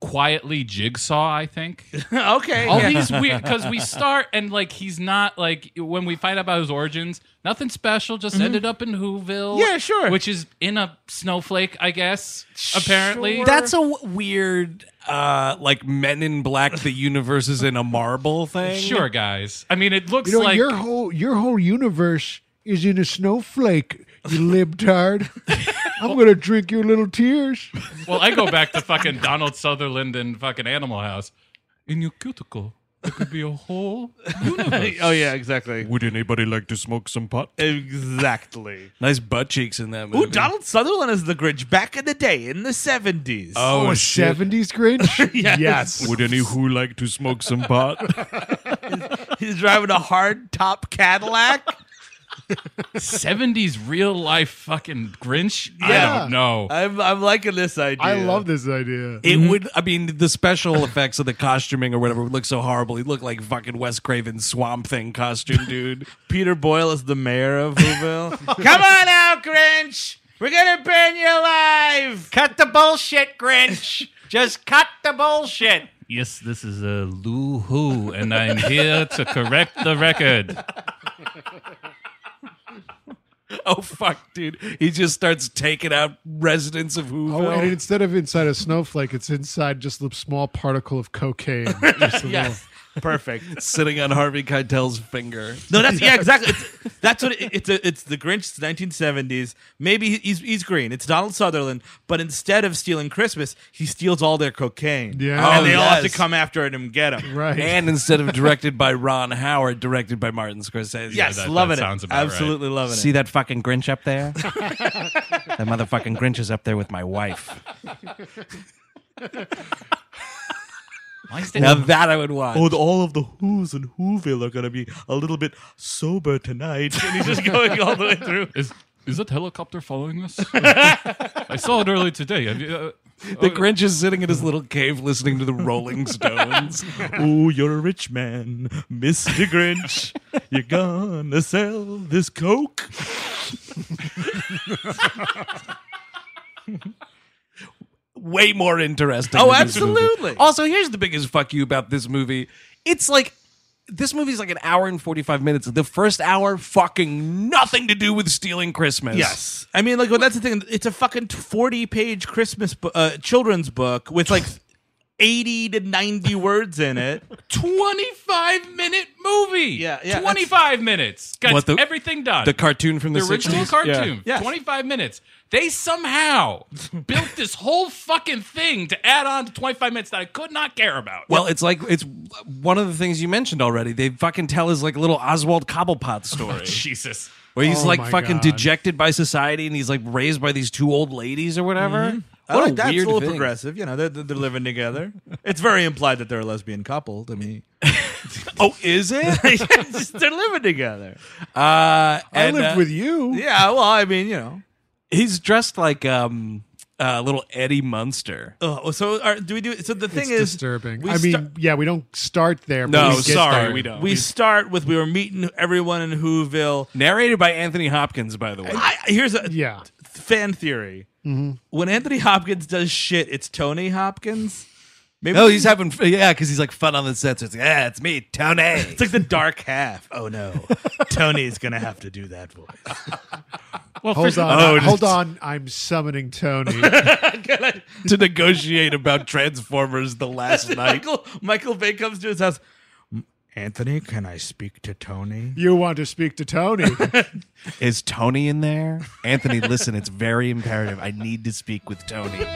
quietly jigsaw. I think okay. all yeah. these weird because we start and like he's not like when we find out about his origins, nothing special. Just ended up in Whoville. Yeah, sure. Which is in a snowflake, I guess. Apparently, That's a w- weird, uh, like Men in Black, the universe is in a marble thing. sure, guys. I mean, it looks You know, like your whole your whole universe is in a snowflake. You libtard. I'm gonna drink your little tears. Well, I go back to fucking Donald Sutherland and fucking Animal House. In your cuticle, there could be a whole universe. oh yeah, exactly. Would anybody like to smoke some pot? Exactly. Nice butt cheeks in that movie. Ooh, Donald Sutherland is the Grinch back in the day in the seventies. Oh, a shit. '70s Grinch. Yes. Would any who like to smoke some pot? He's driving a hard top Cadillac. 70s real life fucking Grinch? I Yeah. don't know. I'm I'm liking this idea. I love this idea. uh, It would. I mean, the special effects of the costuming or whatever would look so horrible. He looked like fucking Wes Craven's Swamp Thing costume, dude. Peter Boyle is the mayor of Whoville. Come on out, Grinch. We're gonna burn you alive. Cut the bullshit, Grinch. Just cut the bullshit. Yes, this is a Lou Who, and I'm here to correct the record. oh fuck, dude. He just starts taking out residents of Oh, Whoville. and instead of inside a snowflake, it's inside just a small particle of cocaine. Just a Yes. Perfect. sitting on Harvey Keitel's finger. No, that's yeah, exactly. It's, that's what it, it's. A, it's the Grinch. It's 1970s. Maybe he's he's green. It's Donald Sutherland, but instead of stealing Christmas, he steals all their cocaine. Yeah. and Oh, they all have to yes. come after him and get him. little- right. And instead of directed by Ron Howard, directed by Martin Scorsese. Yes, that- loving that it. sounds about right. Absolutely loving See it. that fucking Grinch up there? that motherfucking Grinch is up there with my wife. Why is Now that? that I would watch. all of the Who's and Whoville are gonna be a little bit sober tonight. And he's just going all the way through. Is, is that helicopter following us? I saw it earlier today. Have you, uh, the Grinch is sitting in his little cave listening to the Rolling Stones. Oh, you're a rich man, Mr. Grinch. You're gonna sell this Coke. Way more interesting. Oh, than this movie. absolutely. Also, here's the biggest fuck you about this movie. It's like this movie's like an hour and 45 minutes. The first hour fucking nothing to do with stealing Christmas. Yes, I mean, like, well, that's the thing. It's a fucking forty-page Christmas bo- uh, children's book with like eighty to ninety words in it. 25 minute movie. Yeah, yeah, that's- 25 minutes. Got What, the- everything done. The cartoon from the, the original 60s? cartoon. Yeah. Yes. 25 minutes. They somehow built this whole fucking thing to add on to 25 minutes that I could not care about. Well, it's like it's one of the things you mentioned already. They fucking tell his like little Oswald Cobblepot story, Jesus. where he's Oh like my fucking God. dejected by society and he's like raised by these two old ladies or whatever. I What like a that. It's weird a little thing. progressive. You know, they're, they're living together. It's very implied that they're a lesbian couple to me. Oh, is it? they're living together. uh, I and, uh, lived with you. Yeah. Well, I mean, you know. He's dressed like um, uh, little Eddie Munster. Oh, so are, do we do? So the thing It's is disturbing. we I mean, sta- yeah, we don't start there. But No, we get sorry, there. we don't. we start with we were meeting everyone in Whoville. Narrated by Anthony Hopkins, by the way. I, here's a Yeah, fan theory. When Anthony Hopkins does shit, it's Tony Hopkins. Maybe Oh, he's having f- yeah, because he's like fun on the sets. It's like, yeah, it's me, Tony. it's like the dark half. Oh no, Tony's gonna have to do that voice. Well, hold first- on, Oh, I- just- hold on. I'm summoning Tony. to negotiate about Transformers the last night. Michael Michael Bay comes to his house. "M- Anthony, can I speak to Tony? you want to speak to Tony? Is Tony in there? Anthony, listen, it's very imperative. I need to speak with Tony.